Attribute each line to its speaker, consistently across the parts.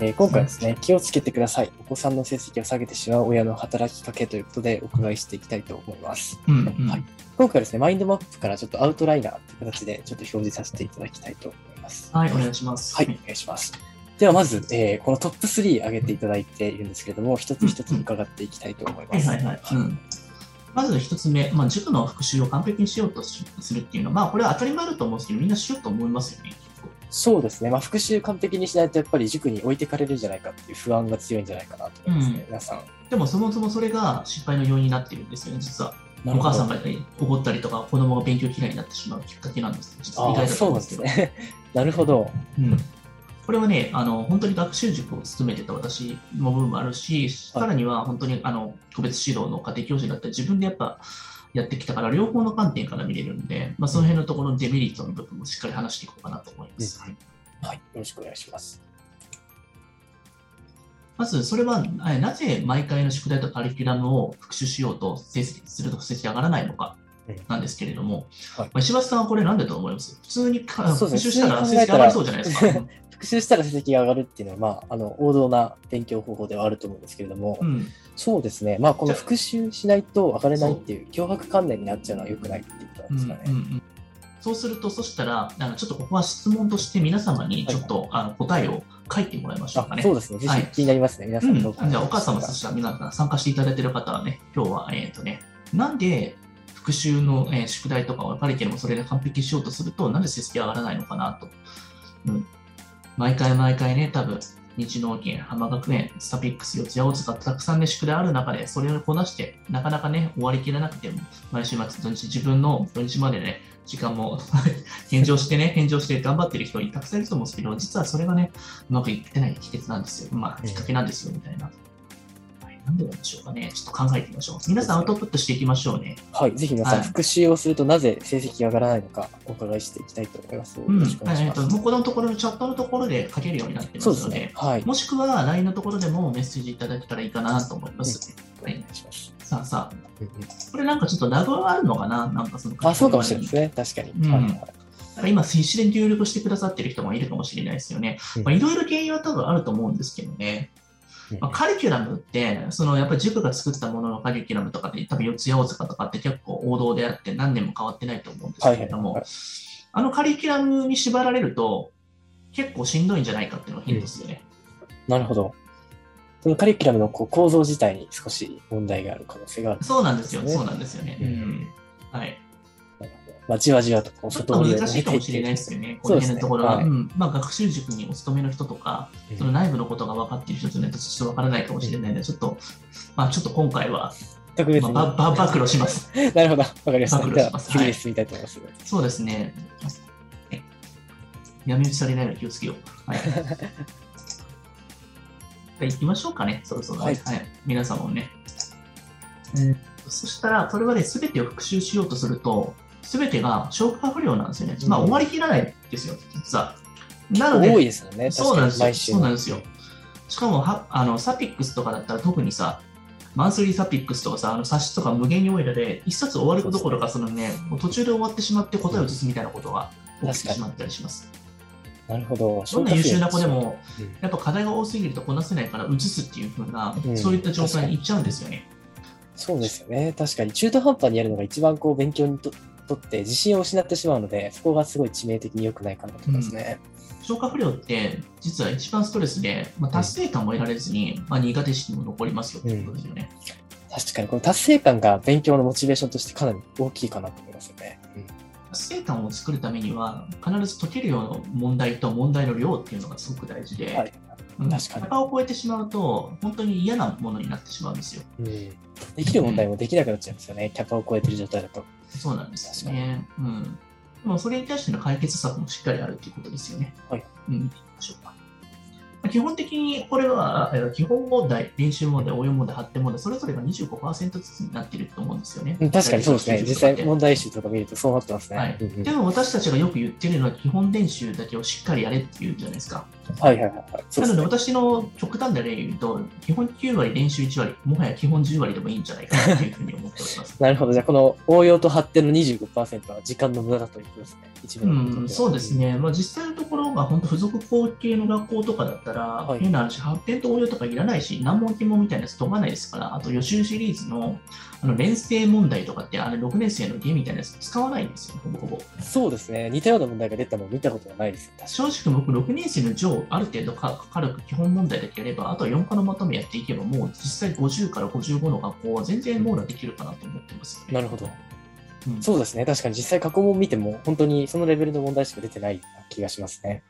Speaker 1: えー今回はですね、気をつけてください。お子さんの成績を下げてしまう親の働きかけということでお伺いしていきたいと思います。
Speaker 2: うんうん
Speaker 1: はい今回はですね、マインドマップからちょっとアウトライナーという形でちょっと表示させていただきたいと思います。
Speaker 2: はい、お願いします。
Speaker 1: はい、お願いします。ではまず、えーこのトップ3上げていただいているんですけれども、一つ一つ伺っていきたいと思い
Speaker 2: は
Speaker 1: ま
Speaker 2: い
Speaker 1: す。
Speaker 2: はいはい。うんまず一つ目、まあ、塾の復習を完璧にしようとしするっていうのは、まあ、これは当たり前だと思うんですけど、みんなしようと思いますよね、きっと
Speaker 1: そうですね、まあ、復習完璧にしないと、やっぱり塾に置いてかれるんじゃないかっていう不安が強いんじゃないかなと思いますね、
Speaker 2: うん
Speaker 1: 皆さん。
Speaker 2: でも、そもそもそれが失敗の要因になってるんですよね、実は。
Speaker 1: な
Speaker 2: お
Speaker 1: るほど
Speaker 2: 母さんが、ね、怒ったりとか、子供が勉強嫌いになってしまうきっかけなんですよ。実は
Speaker 1: あ
Speaker 2: 意外
Speaker 1: ー
Speaker 2: だと
Speaker 1: そう
Speaker 2: 思
Speaker 1: な
Speaker 2: うん
Speaker 1: ん
Speaker 2: で
Speaker 1: ですす
Speaker 2: けど。
Speaker 1: ね。 なるほど。
Speaker 2: うんこれはねあの、本当に学習塾を務めてた私の部分もあるし、さらには本当にあの個別指導の家庭教師だったり、自分でやっぱやってきたから、両方の観点から見れるんで、まあ、その辺のところのデメリットの部分もしっかり話していこうかなと思います。はい
Speaker 1: はい、よろしくお願いします。
Speaker 2: まず、それはえなぜ毎回の宿題とカリキュラムを復習しようと成績すると成績上がらないのか
Speaker 1: うん
Speaker 2: なんですけれども、
Speaker 1: はい
Speaker 2: まあ石橋さんはこれ、なんだと思います普通にか
Speaker 1: そうで
Speaker 2: 復
Speaker 1: すね
Speaker 2: 習したら
Speaker 1: 普
Speaker 2: 成
Speaker 1: 通に考えた
Speaker 2: 績上
Speaker 1: ら
Speaker 2: がりそうじゃないです か。
Speaker 1: 復習したら成績が上がるっていうのは、まあ、あの王道な勉強方法ではあると思うんですけれども、
Speaker 2: うん
Speaker 1: そうですね、まあ、この復習しないと上がれないっていう脅迫観念になっちゃうのは良くないっていうことなんですかね。
Speaker 2: うんうんうんそうすると、そしたら、あのちょっとここは質問として皆様にちょっと、あの答えを書いてもらいましょうか
Speaker 1: あ
Speaker 2: ね。
Speaker 1: そうですね、ぜ
Speaker 2: は
Speaker 1: ひ
Speaker 2: い
Speaker 1: 気になりますね、皆さんどうか
Speaker 2: うん、じゃあ、お母様、そ
Speaker 1: そ
Speaker 2: したら皆さん参加していただいている方はね、今日は、えっ、とね、なんで復習の、えー宿題とかをカリキュラムそれで完璧にしようとすると、なんで成績上がらないのかなと。うん、毎回毎回ね、多分日農研、浜学園、スタピックス、四谷大塚、たくさんね、宿題ある中で、それをこなして、なかなかね、終わりきらなくても、毎週末、土日、自分の土日までね、時間も 返上してね、返上して頑張ってる人にたくさんいると思うんですけど、実はそれがね、うまくいってない秘訣なんですよ。まあ、きっかけなんですよ、みたいな。はいなんでなんでしょうかね。ちょっと考えてみましょう。皆さんアウトプットしていきましょうね。
Speaker 1: はい、ぜひ皆さん、
Speaker 2: はい
Speaker 1: 復習をするとなぜ成績が上がらないのかお伺いしていきたいと思います。よ
Speaker 2: うん。
Speaker 1: ろしくお願いし
Speaker 2: えっ
Speaker 1: ます。
Speaker 2: と、もうこのところのチャットのところで書けるようになってま
Speaker 1: そうですす
Speaker 2: ので、
Speaker 1: ね、はい、
Speaker 2: もしくは LINE のところでもメッセージいただけたらいいかなと思います。
Speaker 1: お願いします。
Speaker 2: さあさ
Speaker 1: う
Speaker 2: あ、
Speaker 1: んうん
Speaker 2: これなんかちょっとラグはあるのかななんかその
Speaker 1: あ、そうかもしれないですね、確かに。
Speaker 2: うん
Speaker 1: はいはい
Speaker 2: なんか今、必死で入力してくださってる人もいるかもしれないですよね
Speaker 1: うん。
Speaker 2: まあいろいろ原因は多分あると思うんですけどね。
Speaker 1: うん
Speaker 2: まあ、カリキュラムって、そのやっぱり塾が作ったもののカリキュラムとかで、多分四谷大塚とかって結構王道であって、何年も変わってないと思うんですけれども、
Speaker 1: はいはい
Speaker 2: あのカリキュラムに縛られると、結構しんどいんじゃないかっていうのがヒントですよね。
Speaker 1: なるほど。そのカリキュラムのこう構造自体に少し問題がある可能性がある。
Speaker 2: そうなんですよ、
Speaker 1: そうですね
Speaker 2: そうなんですよね。うんはい
Speaker 1: まあ、じわじわとこう
Speaker 2: ちょっ
Speaker 1: 外
Speaker 2: と
Speaker 1: 折り
Speaker 2: 難しいかもしれないですよね、この辺のところは。
Speaker 1: そうですね
Speaker 2: うんまあ、学習塾にお勤めの人とか、
Speaker 1: うん
Speaker 2: その内部のことが分かっている人じゃないとちょっと分からないかもしれないので、ちょっと、まあ、ちょっと今回は、
Speaker 1: 特別
Speaker 2: まあ、
Speaker 1: に。
Speaker 2: ばば暴露します。
Speaker 1: なるほど。わかりました。
Speaker 2: 暴露
Speaker 1: で
Speaker 2: しま
Speaker 1: は、
Speaker 2: す
Speaker 1: 次
Speaker 2: は
Speaker 1: に
Speaker 2: い
Speaker 1: 進みたいと思います。
Speaker 2: そうですね。はい闇討ちされないように気をつけよう。はい。はい、行きましょうかね、そろそろね、
Speaker 1: は
Speaker 2: はいい。皆様もね。えーそしたら、それはね、すべてを復習しようとすると、すべてが消化不良なんですよね。まあ、
Speaker 1: うん
Speaker 2: 終わりきらないですよ、実は。なので、
Speaker 1: 多いですよね、
Speaker 2: そうなんで
Speaker 1: 確かに毎
Speaker 2: す
Speaker 1: 週
Speaker 2: よ。そうなんですよ。しかもはあの、サピックスとかだったら特にさ、マンスリーサピックスとかさ、あの冊子とか無限に多いので、一冊終わるどころか、そのね、もう途中で終わってしまって答えを移すみたいなことが起きてしまったりします。
Speaker 1: なるほど。
Speaker 2: どんな優秀な子でも、
Speaker 1: うん。
Speaker 2: やっぱ課題が多すぎるとこなせないから移すっていうふうな、
Speaker 1: うん
Speaker 2: そういった状態にいっちゃうんですよね。
Speaker 1: そうですよね。確かに中途半端にやるのが一番こう勉強にととって自信を失ってしまうので、そこがすごい致命的に良くないかなと思いますね。
Speaker 2: 消化不良って、実は一番ストレスで、まあ、達成感も得られずに、まあ、苦手意識も残りますよっていうことですよね。
Speaker 1: 確かにこの達成感が勉強のモチベーションとしてかなり大きいかなと思いますよね。
Speaker 2: 達成感を作るためには必ず解けるような問題と問題の量っていうのがすごく大事で、
Speaker 1: はい。
Speaker 2: う
Speaker 1: 確
Speaker 2: ん
Speaker 1: かに
Speaker 2: 幅を超えてしまうと本当に嫌なものになってしまうんですよ
Speaker 1: うん、できる問題もできなくなっちゃいますよね。キャパを超えてる状態だと。
Speaker 2: そうなんですよね、うん、でもそれに対しての解決策もしっかりあるっていうことですよね
Speaker 1: はい、
Speaker 2: うん、でしょうか基本的にこれはえー基本問題、練習問題、応用問題、発展問題、それぞれが25%ずつになっていると思うんですよね。
Speaker 1: うん確かにそうですね。実際
Speaker 2: 問
Speaker 1: 問題集とか見るとそうなってますね。
Speaker 2: はい
Speaker 1: うんうん
Speaker 2: でも私たちがよく言ってるのは基本練習だけをしっかりやれって言うんじゃないですか。
Speaker 1: はいはいはいはい。そう
Speaker 2: な
Speaker 1: で
Speaker 2: の
Speaker 1: すね。
Speaker 2: で、私の極端な例を言うと、基本9割、練習1割、もはや基本10割でもいいんじゃないかなというふうに思っておりま す。
Speaker 1: なるほど。じゃあ、この応用と発展の25%は時間の無駄だということですね。一部
Speaker 2: う
Speaker 1: の人にとっては
Speaker 2: ん、そうです。ね、まあ、実際のところが本当、付属校系の学校とかだったら、
Speaker 1: はい
Speaker 2: 変な話、発展と応用とかいらないし、難問疑問みたいなやつ飛ばないですから、あと予習シリーズのあの連生問題とかって、あれ6年生の芸みたいなやつ使わないんですよ、ほぼほぼ。
Speaker 1: そうですね。似たような問題が出たのを見たことがないです。確か
Speaker 2: 正直僕6年生の上をある程度か軽く基本問題だけやればあとは4科のまとめやっていけばもう実際50から55の学校は全然網羅できるかなと思ってます、
Speaker 1: になるほど。
Speaker 2: うん
Speaker 1: そうですね。確かに実際過去問見ても、本当にそのレベルの問題しか出てないような気がしますね。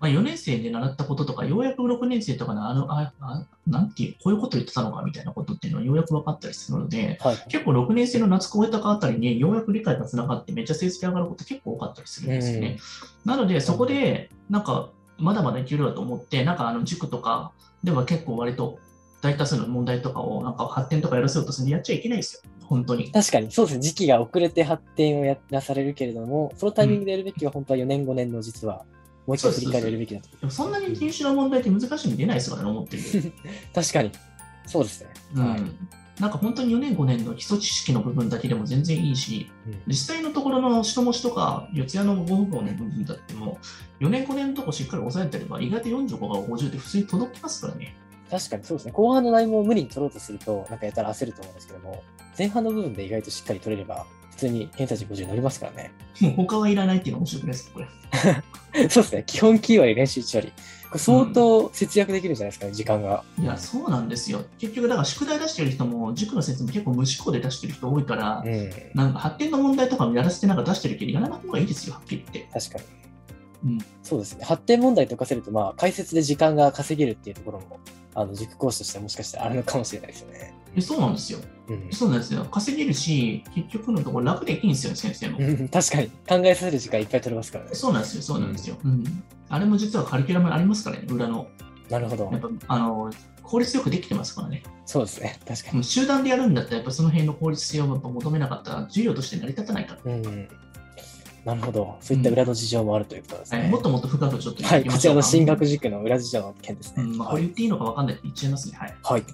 Speaker 2: まあ、4年生で習ったこととかようやく6年生とかのあのああなんていうこういうこと言ってたのかみたいなことっていうのはようやく分かったりするので
Speaker 1: はい。
Speaker 2: 結構6年生の夏超えたかあたりにようやく理解がつながってめっちゃ成績上がること結構多かったりするんですよね。なのでそこでなんかまだまだいけるだと思ってなんかあの塾とかでは結構割と大多数の問題とかをなんか発展とかやらせようとするんでやっちゃいけないですよ本当に。
Speaker 1: 確かに、そうですね。時期が遅れて発展をやらされるけれども、そのタイミングでやるべきは本当は4年、5年の実は、もう一回振り返りをやるべきだと。
Speaker 2: でもそんなに人種の問題って難しいの出ないですからね思ってるより。
Speaker 1: 確かに。そうですね。
Speaker 2: う
Speaker 1: はい
Speaker 2: んなんか本当に4年5年の基礎知識の部分だけでも全然いいし、
Speaker 1: うん
Speaker 2: 実際のところの下模試とか四谷の合法の部分だっても4年5年のとこしっかり抑えてれば意外と45から50って普通に届きますからね。
Speaker 1: 確かにそうですね。後半の内容を無理に取ろうとすると、なんかやったら焦ると思うんですけども、前半の部分で意外としっかり取れれば、普通に偏差値50に乗りますからね。
Speaker 2: もう他はいらないっていうのは面白くないですかこれ。
Speaker 1: そうですね。基本キーワード練習1割。これ相当節約できるんじゃないですかね、時間が。
Speaker 2: いや、そうなんですよ。結局だから宿題出してる人も塾の先生も結構無思考で出してる人多いから、
Speaker 1: うん。
Speaker 2: なんか発展の問題とかもやらせてなんか出してるけどやらない方がいいですよはっきり言って。
Speaker 1: 確かに。
Speaker 2: うん
Speaker 1: そうですね。発展問題とかせると、まあ、解説で時間が稼げるっていうところも、あの、塾講師としてはもしかしたらあるのかもしれないですよね。
Speaker 2: えそうなんですよ。
Speaker 1: うん
Speaker 2: そうなんですよ。稼げるし、結局のところ楽でいいんですよね、先生も。
Speaker 1: うん。 確かに。考えさせる時間いっぱい取れますからね。
Speaker 2: そうなんですよ、そうなんですよ。うんあれも実はカリキュラムありますからね、裏の。
Speaker 1: なるほど
Speaker 2: やっ。ぱあの効率よくできてますからね。
Speaker 1: そうですね。確か
Speaker 2: うん集団でやるんだったら、やっぱその辺の効率性をやっぱ求めなかったら、授業として成り立たないから。
Speaker 1: に。うん。なるほど。そういった裏の事情もあるということですね。
Speaker 2: はいもっともっと深くちょっと
Speaker 1: は
Speaker 2: やっ
Speaker 1: い、
Speaker 2: てい
Speaker 1: こちらの進学
Speaker 2: う
Speaker 1: 塾の裏事情の件ですね。
Speaker 2: んまあ、こ
Speaker 1: は
Speaker 2: れ
Speaker 1: い、
Speaker 2: 言っていいのか分かんないって言っちゃいますね。はい。
Speaker 1: はい、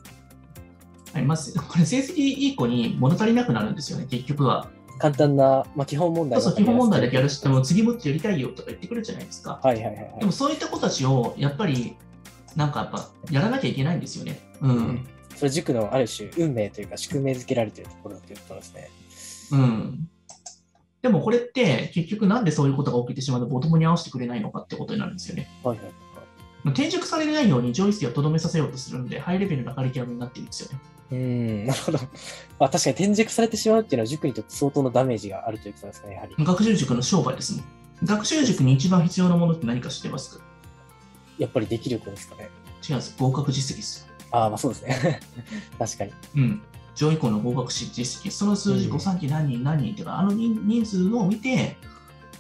Speaker 2: はい、まず、 これ成績いい子に物足りなくなるんですよね、結局は。
Speaker 1: 簡単な、まあ、基本問題
Speaker 2: そう
Speaker 1: の
Speaker 2: そう、基本問題だけやるし、でも次もっとやりたいよとか言ってくるじゃないですか。
Speaker 1: はいはいはいはい
Speaker 2: でもそういった子たちを、やっぱり、なんかやっぱ、やらなきゃいけないんですよね。うん。
Speaker 1: それ塾のある種運命というか宿命づけられているところだということですね
Speaker 2: うんでもこれって結局なんでそういうことが起きてしまうのかボトムに合わせてくれないのかってことになるんですよね。
Speaker 1: はいはいはい
Speaker 2: 転塾されないように上位生をとどめさせようとするのでハイレベルなカリキュラムになってるんですよね。
Speaker 1: うんなるほど、まあ、確かに転塾されてしまうっていうのは塾にとって相当のダメージがあるということですかねやはり
Speaker 2: 学習塾の商売ですもん。学習塾に一番必要なものって何か知ってますか
Speaker 1: やっぱりできる子ですかね
Speaker 2: 違うんです。合格実績ですよ。
Speaker 1: ああまあそうですね 確かに
Speaker 2: うん。上位校の合格実績、その数字
Speaker 1: うん
Speaker 2: 5、3期何人何人とか、あの人人数のを見て、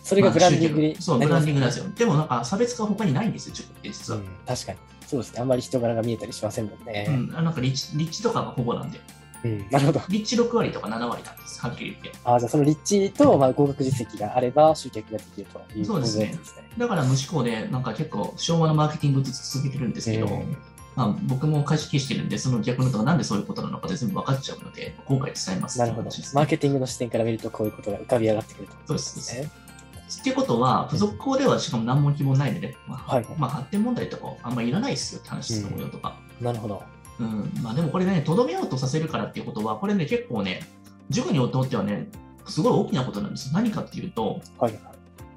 Speaker 1: それがブランディング
Speaker 2: まあ集
Speaker 1: に
Speaker 2: 客そう、
Speaker 1: なり
Speaker 2: ブラ
Speaker 1: ま
Speaker 2: ン
Speaker 1: すね
Speaker 2: ディングなんですよ。でもなんか差別化は他にないんですよ、塾って実
Speaker 1: う
Speaker 2: は。
Speaker 1: ん確かにそうですねあんまり人柄が見えたりしませんもん
Speaker 2: う
Speaker 1: ね、
Speaker 2: ん。あなんか立地立地とかがほぼなんで。
Speaker 1: うんなるほど
Speaker 2: 立地6割とか7割なんです、はっきり言って。
Speaker 1: ああじゃあその立地と、まあ、合格実績があれば集客ができるということ
Speaker 2: そうですね
Speaker 1: すね
Speaker 2: だから無思考で、なんか結構昭和のマーケティングずつ続けてるんですけど、
Speaker 1: うん
Speaker 2: まあ、僕も会社経営してるんで、その逆のとはなんでそういうことなのかで全部分かっちゃうので、今回伝えます。
Speaker 1: なるほど
Speaker 2: っていう話で。す
Speaker 1: マーケティングの視点から見ると、こういうことが浮かび上がってくると。
Speaker 2: そうですそうで
Speaker 1: ね。
Speaker 2: す。っていうことは、付属校ではしかも難問疑問ないので、まあ
Speaker 1: はい
Speaker 2: まあ、発展問題とかあんまいらないですよって話ですよ、
Speaker 1: うん
Speaker 2: 応用とか。
Speaker 1: なるほど。
Speaker 2: うん、まあでもこれね、とどめようとさせるからっていうことは、これね、結構ね、塾にとってはね、すごい大きなことなんですよ。何かっていうと、
Speaker 1: はい。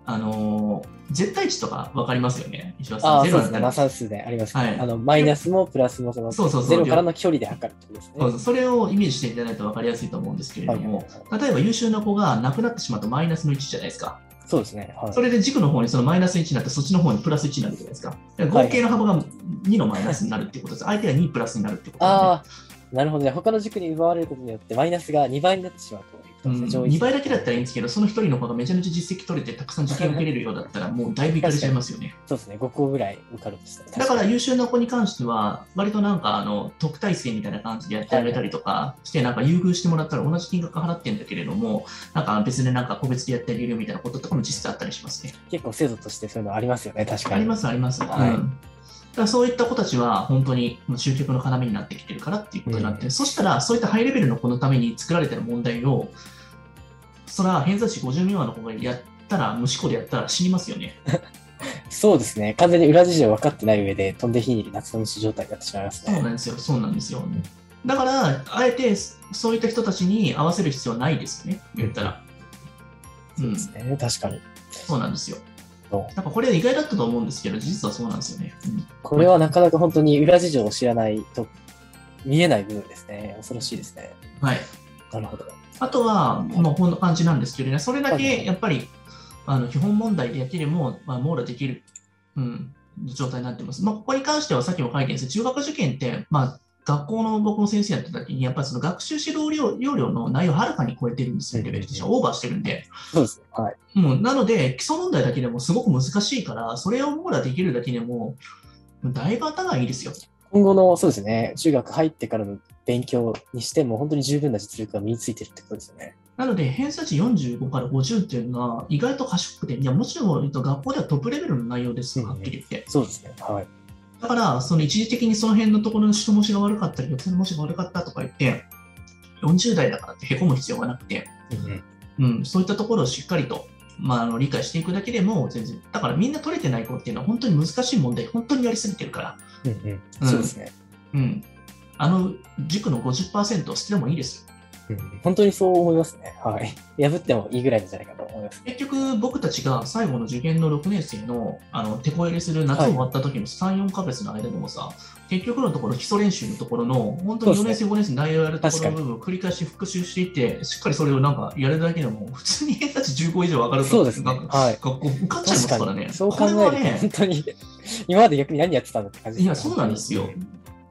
Speaker 2: あのー絶対値とか分かりますよね、石橋さ
Speaker 1: あ
Speaker 2: ん。
Speaker 1: あ、
Speaker 2: ゼ
Speaker 1: そ
Speaker 2: ロ
Speaker 1: うで
Speaker 2: だっ
Speaker 1: すね。
Speaker 2: たら
Speaker 1: まあ算数でありますね。
Speaker 2: はい
Speaker 1: あのマイナスもプラスもその
Speaker 2: そうそうそう
Speaker 1: ゼロからの距離で測るってことですね。
Speaker 2: そうそうそれをイメージしていただいたら分かりやすいと思うんですけれども、
Speaker 1: はい
Speaker 2: 例えば優秀な子がなくなってしまうとマイナスの1じゃないですか。
Speaker 1: そうですね。はい
Speaker 2: それで軸の方にそのマイナス1になって、そっちの方にプラス1になるじゃないですか。だから合計の幅が2のマイナスになるっていうことです。相手が2プラスになるってことなんで
Speaker 1: ああ、なるほど。じゃあ他の塾に奪われることによって、マイナスが2倍になってしまうというこ
Speaker 2: うん、2倍だけだったらいいんですけど、その1人の子がめちゃめちゃ実績取れて、たくさん受験受けれるようだったら、もうだいぶいかれちゃいますよね。
Speaker 1: そうですね、5校ぐらい受かるとした
Speaker 2: だから優秀な子に関しては、割となんかあの特待生みたいな感じでやってあげたりとかして、なんか優遇してもらったら同じ金額払ってんだけれども、なんか別でなんか個別でやってあげるみたいなこととかも実際あったりしますね。
Speaker 1: 結構制度としてそういうのありますよね、確かに。
Speaker 2: あります、あります。
Speaker 1: はい
Speaker 2: うんだからそういった子たちは本当にもう集客の要になってきてるからっていうことになって、
Speaker 1: うん
Speaker 2: そしたらそういったハイレベルの子のために作られてる問題をそれは偏差値50未満の子がやったら無思考でやったら死にますよね。
Speaker 1: そうですね、完全に裏事情分かってない上で、飛んで火に夏の虫状態になってしまいます
Speaker 2: そう
Speaker 1: ね
Speaker 2: な。んですよ、そうなんですよ。だから、あえてそういった人たちに合わせる必要はないですよね、言ったら。う
Speaker 1: そうんで、すね、確かに。
Speaker 2: そうなんですよ
Speaker 1: そ。
Speaker 2: なんかこれ意外だったと思うんですけど、実はそうなんですよね。うん
Speaker 1: これはなかなか本当に裏事情を知らないと見えない部分ですね。恐ろしいですね。
Speaker 2: はい。
Speaker 1: なるほど。
Speaker 2: あとは、まあ、こんな感じなんですけどね、それだ
Speaker 1: はい
Speaker 2: けやっぱり、あの基本問題だけでも、まあ、網羅できる、うん、状態になってます。まあ、ここに関しては、さっきも書いてるんですけど中学受験って、まあ、学校の僕も先生やってた時に、やっぱりその学習指導要要領の内容をはるかに超えてるんですよ、レベルとしてはオーバーしてるんで。
Speaker 1: そうですね。はい。
Speaker 2: もうなので、基礎問題だけでもすごく難しいから、それを網羅できるだけでも、だいぶ頭がいいですよ。
Speaker 1: 今後の、そうですね、中学入ってからの勉強にしても、本当に十分な実力が身についてるってことですよね。
Speaker 2: なので、偏差値45から50っていうのは、意外と賢くて、いや、もちろんえっと学校ではトップレベルの内容ですよ、
Speaker 1: うん
Speaker 2: はっきり言って。
Speaker 1: そうですね。はい。
Speaker 2: だから、その一時的にその辺のところの人文字が悪かったり、横の文字が悪かったとか言って、40代だからってへこむ必要がなくて、うん、そういったところをしっかりと、まあ、あの理解していくだけでも、全然、だからみんな取れてない子っていうのは、本当に難しい問題、本当にやりすぎてるから、
Speaker 1: うんうんうん。そうですね。
Speaker 2: うん、あの塾の50%を捨ててもいいですよ。
Speaker 1: うん本当にそう思いますね。はい。破ってもいいぐらいなんじゃないかと思います。
Speaker 2: 結局僕たちが最後の受験の6年生のあの手こ入れする夏終わった時の34ヶ月の間でもさ、結局のところ基礎練習のところの本当に
Speaker 1: そ
Speaker 2: 4
Speaker 1: うで
Speaker 2: 年
Speaker 1: す
Speaker 2: 生5年生の内容をやるとこ
Speaker 1: 確か
Speaker 2: ろの
Speaker 1: に
Speaker 2: 部分を繰り返し復習していってしっかりそれをなんかやるだけでも普通に偏差値15以上上がると
Speaker 1: そうですね。
Speaker 2: なんか
Speaker 1: はい。
Speaker 2: 学校受かっちゃいま
Speaker 1: 確
Speaker 2: すから
Speaker 1: か
Speaker 2: ね。
Speaker 1: に。そう考えると、
Speaker 2: これはね
Speaker 1: 本当に、 今まで逆に何やってたんだって感じ
Speaker 2: いや、そうなんですよ。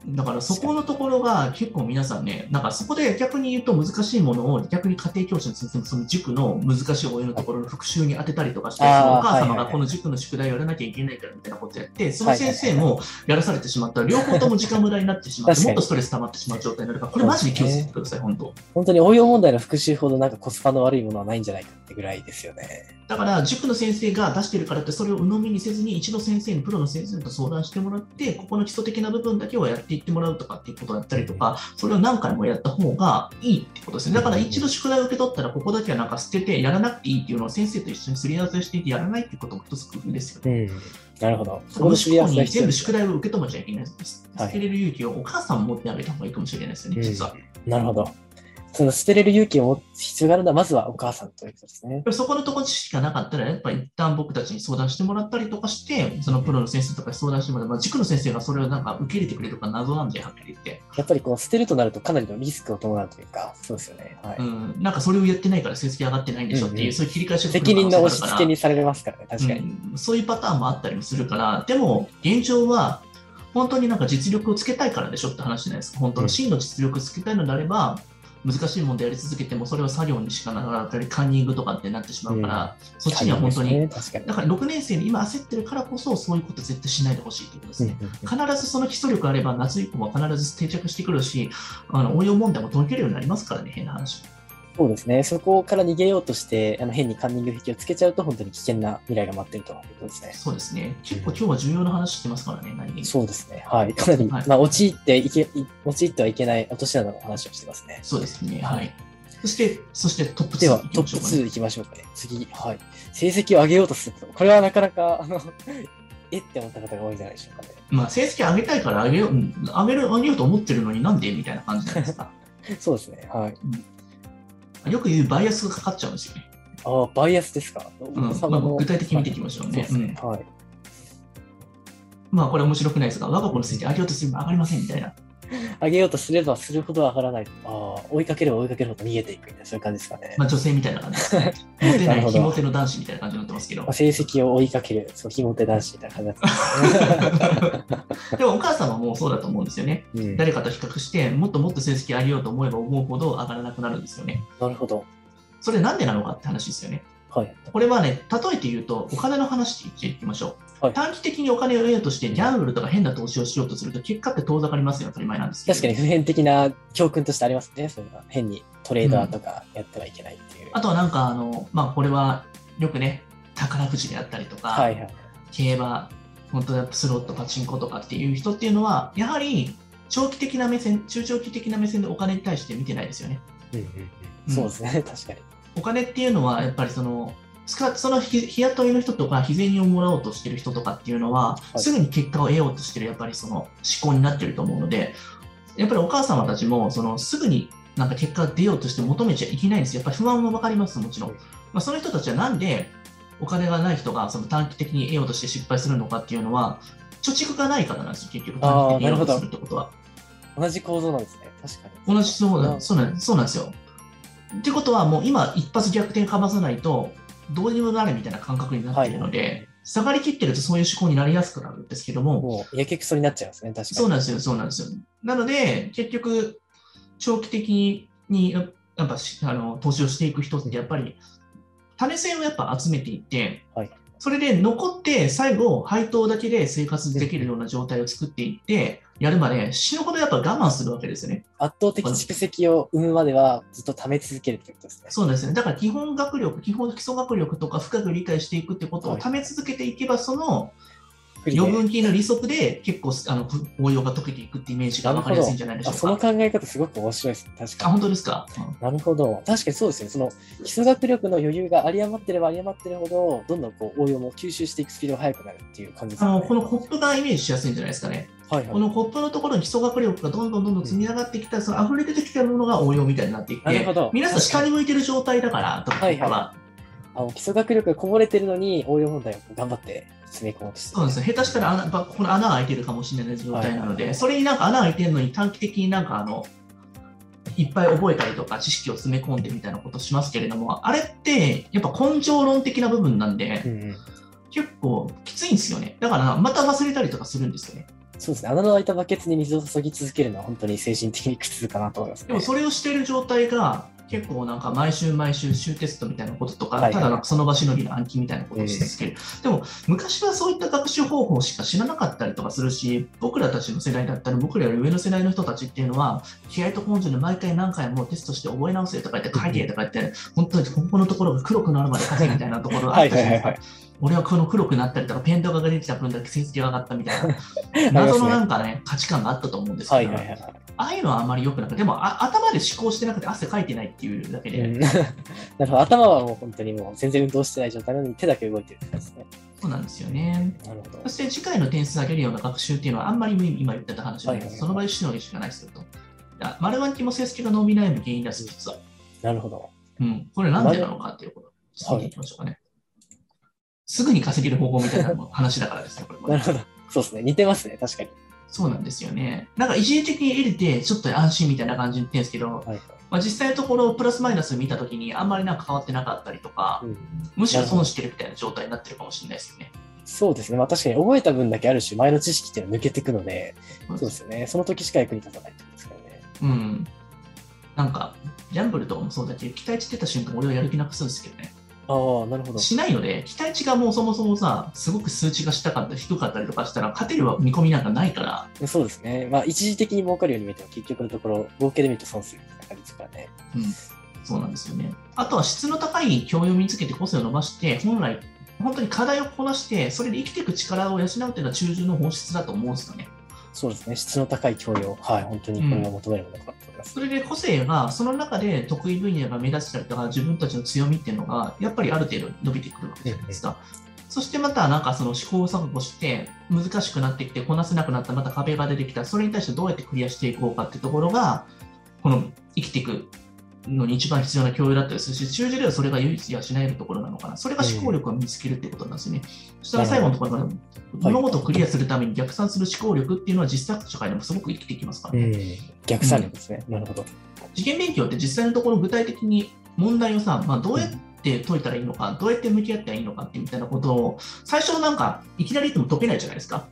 Speaker 2: だからそこのところが結構皆さんね、なんかそこで逆に言うと難しいものを逆に家庭教師の先生のその塾の難しい応用のところの復習に当てたりとかして、そ
Speaker 1: あー
Speaker 2: のお母様
Speaker 1: はいはい
Speaker 2: が
Speaker 1: はい
Speaker 2: この塾の宿題をやらなきゃいけないからみたいなことやって、その先生もやらされてしまったら、両方とも時間無駄になってしまっ
Speaker 1: 確
Speaker 2: て、
Speaker 1: か
Speaker 2: も
Speaker 1: に
Speaker 2: っとストレス溜まってしまう状態になるから、これマジで気をつけてください、本当。
Speaker 1: 本当に応用問題の復習ほどなんかコスパの悪いものはないんじゃないかってぐらいですよね。
Speaker 2: だから塾の先生が出してるからってそれを鵜呑みにせずに一度先生にプロの先生と相談してもらってここの基礎的な部分だけをやっていってもらうとかっていうことだったりとかそれを何回もやった方がいいってことですねだから一度宿題を受け取ったらここだけはなんか捨ててやらなくていいっていうのを先生と一緒にすり合わせしていてやらないっていうことも一つ工夫ですよね。
Speaker 1: うん。なるほど。そこ
Speaker 2: 無
Speaker 1: の知り
Speaker 2: 思
Speaker 1: 合わせ
Speaker 2: 考
Speaker 1: が
Speaker 2: に
Speaker 1: 必要
Speaker 2: 全
Speaker 1: で
Speaker 2: 部
Speaker 1: す
Speaker 2: 宿題を受け止めちゃいけないです。
Speaker 1: はい
Speaker 2: 捨てれる勇気をお母さんも持ってあげた方がいいかもしれないですよね、実は。
Speaker 1: なるほど。その捨てれる勇気を持つ必要があるのは、まずはお母さんということですね。
Speaker 2: そこのところ知識がなかったら、やっぱり一旦僕たちに相談してもらったりとかして、そのプロの先生とかに相談してもらって、まあ、塾の先生がそれをなんか受け入れてくれるか謎なんで、はっきり言って、
Speaker 1: やっぱりこう捨てるとなるとかなりのリスクを伴うというか、そうですよね。はい。
Speaker 2: うん、なんかそれをやってないから成績上がってないんでしょっていう、
Speaker 1: うんうん
Speaker 2: そういう切り返しが来る可
Speaker 1: 責任
Speaker 2: 能性
Speaker 1: の
Speaker 2: があ
Speaker 1: 押
Speaker 2: る
Speaker 1: し
Speaker 2: から
Speaker 1: 付けにされますからね、確かに。
Speaker 2: うんそういうパターンもあったりもするから、でも現状は、本当になんか実力をつけたいからでしょって話じゃないですか、本当
Speaker 1: うん
Speaker 2: の真の実力をつけたいのであれば、難しい問題やり続けても、それは作業にしかなかったり、カンニングとかってなってしまうから、そっちには本当に
Speaker 1: 大変ですね、確か
Speaker 2: だから6年生に今焦ってるからこそ、そういうこと絶対しないでほしいということです
Speaker 1: に。
Speaker 2: ね。
Speaker 1: うんうんうん
Speaker 2: 必ずその基礎力あれば、夏以降は必ず定着してくるし、あの応用問題も解けるようになりますからね、変な話。
Speaker 1: そうですね。そこから逃げようとして、あの変にカンニング癖をつけちゃうと、本当に危険な未来が待ってるということですね。
Speaker 2: そうですね。結構今日は重要な話してますからね、何気に。
Speaker 1: そうですね。はい。かなり、
Speaker 2: はい
Speaker 1: まあ、陥っていけ、い陥ってはいけない落とし穴の話をしてますね。
Speaker 2: そうですね。はい。そして、そしてトップ2
Speaker 1: では
Speaker 2: 行、き
Speaker 1: ト
Speaker 2: まし
Speaker 1: ッ
Speaker 2: ょう
Speaker 1: プ
Speaker 2: かね
Speaker 1: 2いきましょうかね。次、はい。成績を上げようとすること。これはなかなか、あの、えって思った方が多いんじゃないでしょうかね。
Speaker 2: まあ、成績上げたいから上げよう、うん上げる、上げようと思ってるのになんでみたいな感じじゃないですか。
Speaker 1: そうですね。はい。
Speaker 2: よく言うバイアスがかかっちゃうんですよね。
Speaker 1: ああ、バイアスですか。
Speaker 2: うん
Speaker 1: お子様の
Speaker 2: まあ具体的に見ていきましょうね
Speaker 1: はいそうですね。はい。
Speaker 2: まあ、これ面白くないですが、我が子の成績上げようとすれば上がりませんみたいな。
Speaker 1: 上げようとすればするほど上がらない。ああ、追いかければ追いかけるほど逃げていくみたいな、そういう感じですかね。
Speaker 2: まあ、女性みたいな感じですね。 モテ
Speaker 1: な
Speaker 2: な
Speaker 1: る
Speaker 2: い、
Speaker 1: ほど
Speaker 2: 非モテの男子みたいな感じになってますけど
Speaker 1: まあ、。成績を追いかける、そう、ひも手男子みたいな感じだったんですね。
Speaker 2: でもお母様もそうだと思うんですよね。
Speaker 1: うん、な
Speaker 2: 誰かと比較して、もっともっと成績上げようと思えば思うほど上がらなくなるんですよね。
Speaker 1: るほど。
Speaker 2: それなんでなのかって話ですよね。
Speaker 1: はい。
Speaker 2: これはね、例えて言うと、お金の話って言っていきましょう。
Speaker 1: はい
Speaker 2: 短期的にお金を得ようとして、ギャンブルとか変な投資をしようとすると、結果って遠ざかりますよ、当たり前なんですけど。
Speaker 1: 確かに普遍的な教訓としてありますね。そういうのは変にトレーダーとかやってはいけないっていう。
Speaker 2: あとはなんか、あの、まあ、これはよくね、宝くじであったりとか、
Speaker 1: はいはい。
Speaker 2: 競馬、本当だスロット、パチンコとかっていう人っていうのは、やはり長期的な目線、中長期的な目線でお金に対して見てないですよね。
Speaker 1: うんうんうん、そうですね、確かに。
Speaker 2: お金っていうのは、やっぱりその、つかその日日雇いの人とか、日銭をもらおうとしてる人とかっていうのは、
Speaker 1: い
Speaker 2: すぐに結果を得ようとしてる、やっぱりその思考になってると思うので、やっぱりお母様たちも、そのすぐになんか結果が出ようとして求めちゃいけないんですよ。やっぱり不安も分かります、もちろん。まあ、その人たちはなんでお金がない人がその短期的に得ようとして失敗するのかっていうのは、貯蓄がないからなんですよ、結局、短期的に得ようとするってことは。
Speaker 1: 同じ構造なんですね、確かに。
Speaker 2: 同じそう
Speaker 1: う
Speaker 2: だ
Speaker 1: ん
Speaker 2: そうなんそうなんですよ。ってことはもう今一発逆転かまさないとどうにもなれみたいな感覚になっているので、
Speaker 1: はい
Speaker 2: 下がりきってるとそういう思考になりやすくなるんですけども、
Speaker 1: もう、やけくそになっちゃいますね、確かに。
Speaker 2: そうなんですよそうなんですよ。なので結局長期的にややっぱしあの投資をしていく人ってやっぱり種銭をやっぱ集めていって、
Speaker 1: はい
Speaker 2: それで残って最後配当だけで生活できるような状態を作っていってやるまで死ぬほどやっぱ我慢するわけですよね。
Speaker 1: 圧倒的蓄積を生むまではずっと貯め続けるってことですね。
Speaker 2: そうですね。だから基本学力、基本基礎学力とか深く理解していくってことを
Speaker 1: はい
Speaker 2: 貯め続けていけば、その
Speaker 1: 不利で
Speaker 2: 余分金の利息で結構あのふ応用が解けていくってイメージが分かりやすいんじゃないでしょ
Speaker 1: あ
Speaker 2: う
Speaker 1: その
Speaker 2: か。
Speaker 1: 考え方すごく面白いですね、確
Speaker 2: あ
Speaker 1: かに。
Speaker 2: 本当ですか、うん
Speaker 1: なるほど。確かにそうですよね。その基礎学力の余裕が有り余ってれば有り余ってるほど、どんどんこう応用も吸収していくスピードが速くなるっていう感じです
Speaker 2: あ
Speaker 1: よ
Speaker 2: の
Speaker 1: ね。
Speaker 2: このコップがイメージしやすいんじゃないですかね。
Speaker 1: はい
Speaker 2: こ
Speaker 1: は
Speaker 2: のコップのところに基礎学力がどんどんどんどん積み上がってきた、その溢れ出てきたものが応用みたいになっていっ
Speaker 1: い。なるほ
Speaker 2: て、
Speaker 1: ど。
Speaker 2: 皆さん下
Speaker 1: 確か
Speaker 2: に向いてる状態だから、とか、
Speaker 1: はいはい
Speaker 2: まあ
Speaker 1: にあの基礎学力がこぼれてるのに、応用問題を頑張って詰め込もうとして
Speaker 2: そうですね、下手したら穴ばこの穴が開いてるかもしれない状態なので、それになんか穴開いてるのに短期的になんかあのいっぱい覚えたりとか知識を詰め込んでみたいなことしますけれども、あれってやっぱ根性論的な部分なんで、
Speaker 1: うんうん、
Speaker 2: 結構きついんですよね。だからまた忘れたりとかするんですよね。
Speaker 1: そうですね。穴の開いたバケツに水を注ぎ続けるのは本当に精神的に苦痛かなと思います、ね。
Speaker 2: でもそれをしてる状態が結構なんか毎週毎週週テストみたいなこととか、
Speaker 1: はいはい
Speaker 2: ただなんかその場しのぎの暗記みたいなことをし続ける、でも昔はそういった学習方法しか知らなかったりとかするし僕らたちの世代だったり僕らより上の世代の人たちっていうのは気合と根性で毎回何回もテストして覚え直せとか言って書いてとか言って本当にここのところが黒くなるまで書けみたいなところがあ
Speaker 1: は
Speaker 2: っ
Speaker 1: い
Speaker 2: たじ
Speaker 1: はい
Speaker 2: ゃない
Speaker 1: は
Speaker 2: で
Speaker 1: い
Speaker 2: すか
Speaker 1: はい。
Speaker 2: 俺はこの黒くなったりとかペンとかが出てきた分だけ成績が上がったみた いな
Speaker 1: りますね
Speaker 2: 謎のなんかね価値観があったと思うんですけど、
Speaker 1: はいはいはい。
Speaker 2: ああいうのはあまり良くなくて、でもあ頭で思考してなくて汗かいてないっていうだけで、
Speaker 1: うん なるほど頭はもう本当にもう全然運動してない状態なのに手だけ動いてるんですね。
Speaker 2: そうなんですよね。
Speaker 1: なるほ
Speaker 2: そして次回の点数上げるような学習っていうのはあんまり今言ってた話じゃない
Speaker 1: はいは
Speaker 2: です。
Speaker 1: いはい
Speaker 2: その場でしのぎしかないですよと。あ丸暗記も成績が伸び悩む原因です、実は。
Speaker 1: ど。なるほど。
Speaker 2: うん、これなんでなのかっていうこと、ちょっと見ていきましょうかね。すぐに稼げる方法みたいなのも話だからですね、これも
Speaker 1: な
Speaker 2: ね
Speaker 1: るほど。そうですね。似てますね。確かに。
Speaker 2: そうなんですよね。なんか一時的に得れて、ちょっと安心みたいな感じで言ってるんですけど、
Speaker 1: はい。
Speaker 2: まあ、実際のところ、プラスマイナス見たときに、あんまりなんか変わってなかったりとか、
Speaker 1: うん
Speaker 2: むしろ損してるみたいな状態になってるかもしれないですよね。
Speaker 1: そうですね。まあ確かに覚えた分だけある種、前の知識っていうのは抜けていくので、そうですよね。その時しか役に立たないってことですからね。
Speaker 2: うん。なんか、ギャンブルとかもそうだけど、期待値出た瞬間、俺はやる気なくするんですけどね。
Speaker 1: ああ、なるほど。
Speaker 2: しないので、期待値がもうそもそもさ、すごく数値がしたかったり低かったりとかしたら、勝てる見込みなんかないから、
Speaker 1: そうですね。まあ一時的に儲かるように見えても結局のところ、合計で見ると損するみたいな感じですからね。
Speaker 2: そうなんですよね。あとは質の高い教養を身につけて個性を伸ばして、本来、本当に課題をこなして、それで生きていく力を養うっていうのは中旬の本質だと思うんですよね。
Speaker 1: そうですね。質の高い教養。はい。本当にこれを求めるものかと思います。
Speaker 2: それで個性が、その中で得意分野が目立ったりとか、自分たちの強みっていうのが、やっぱりある程度伸びてくるわけじゃないですか。そしてまた、なんかその試行錯誤して、難しくなってきて、こなせなくなった、また壁が出てきた、それに対してどうやってクリアしていこうかってところが、この生きていくのに一番必要な教養だったりするし、中時ではそれが唯一養えるところなのかな。それが思考力を見つけるってことなんですよね。そしたら最後のところが、物事をクリアするために逆算する思考力っていうのは実作社会でもすごく生きてきますから
Speaker 1: う
Speaker 2: ね。
Speaker 1: ん。逆算力ですね。なるほど。
Speaker 2: 受験勉強って実際のところ具体的に問題をさ、まあ、どうやって解いたらいいのか、どうやって向き合ったらいいのかってみたいなことを最初なんかいきなり言っても解けないじゃないですか。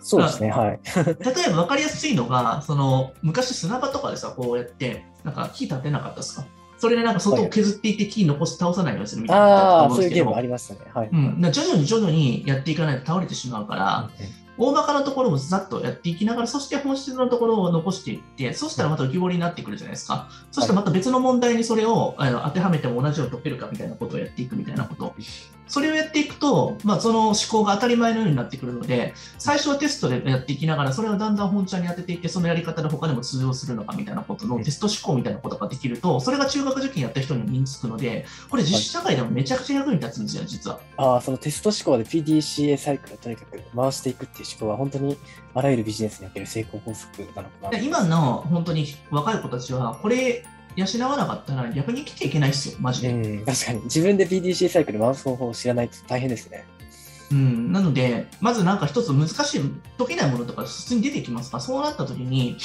Speaker 1: そうですね。はい。
Speaker 2: 例えば分かりやすいのがその昔砂場とかでさこうやってなんか木立てなかったですかそれでなんか外を削っていって木残し倒さないようにするみたいなこと
Speaker 1: あ
Speaker 2: だ
Speaker 1: あ、
Speaker 2: と思
Speaker 1: そ
Speaker 2: ん
Speaker 1: ういう
Speaker 2: で
Speaker 1: ゲ
Speaker 2: すけ
Speaker 1: ーム
Speaker 2: ど
Speaker 1: ありましたね。はい。
Speaker 2: うん、だから徐々に徐々にやっていかないと倒れてしまうから、大まかなところもざっとやっていきながら、そして本質のところを残していって、そしたらまた浮き彫りになってくるじゃないですか。そしたらまた別の問題にそれをあの当てはめても同じように解けるかみたいなことをやっていくみたいなこと。それをやっていくと、まあ、その思考が当たり前のようになってくるので、最初はテストでやっていきながら、それをだんだん本ちゃんに当てていって、そのやり方で他でも通用するのかみたいなことのテスト思考みたいなことができると、それが中学受験やった人にも身につくので、これ実施社会でもめちゃくちゃ役に立つんですよ、実は。
Speaker 1: ああ、そのテスト思考で PDCA サイクルをとにかく回していくっていう思考は、本当にあらゆるビジネスにおける成功法則なのかな。
Speaker 2: で今の本当に若い子たちは、これ養わなかったら逆に生きていけないですよ、マジ
Speaker 1: う
Speaker 2: で。
Speaker 1: ん、確かに。自分で PDCA サイクル回す方法を知らないと大変ですね。
Speaker 2: うん、なので、まずなんか一つ難しい、解けないものとか普通に出てきますから、そうなった時に、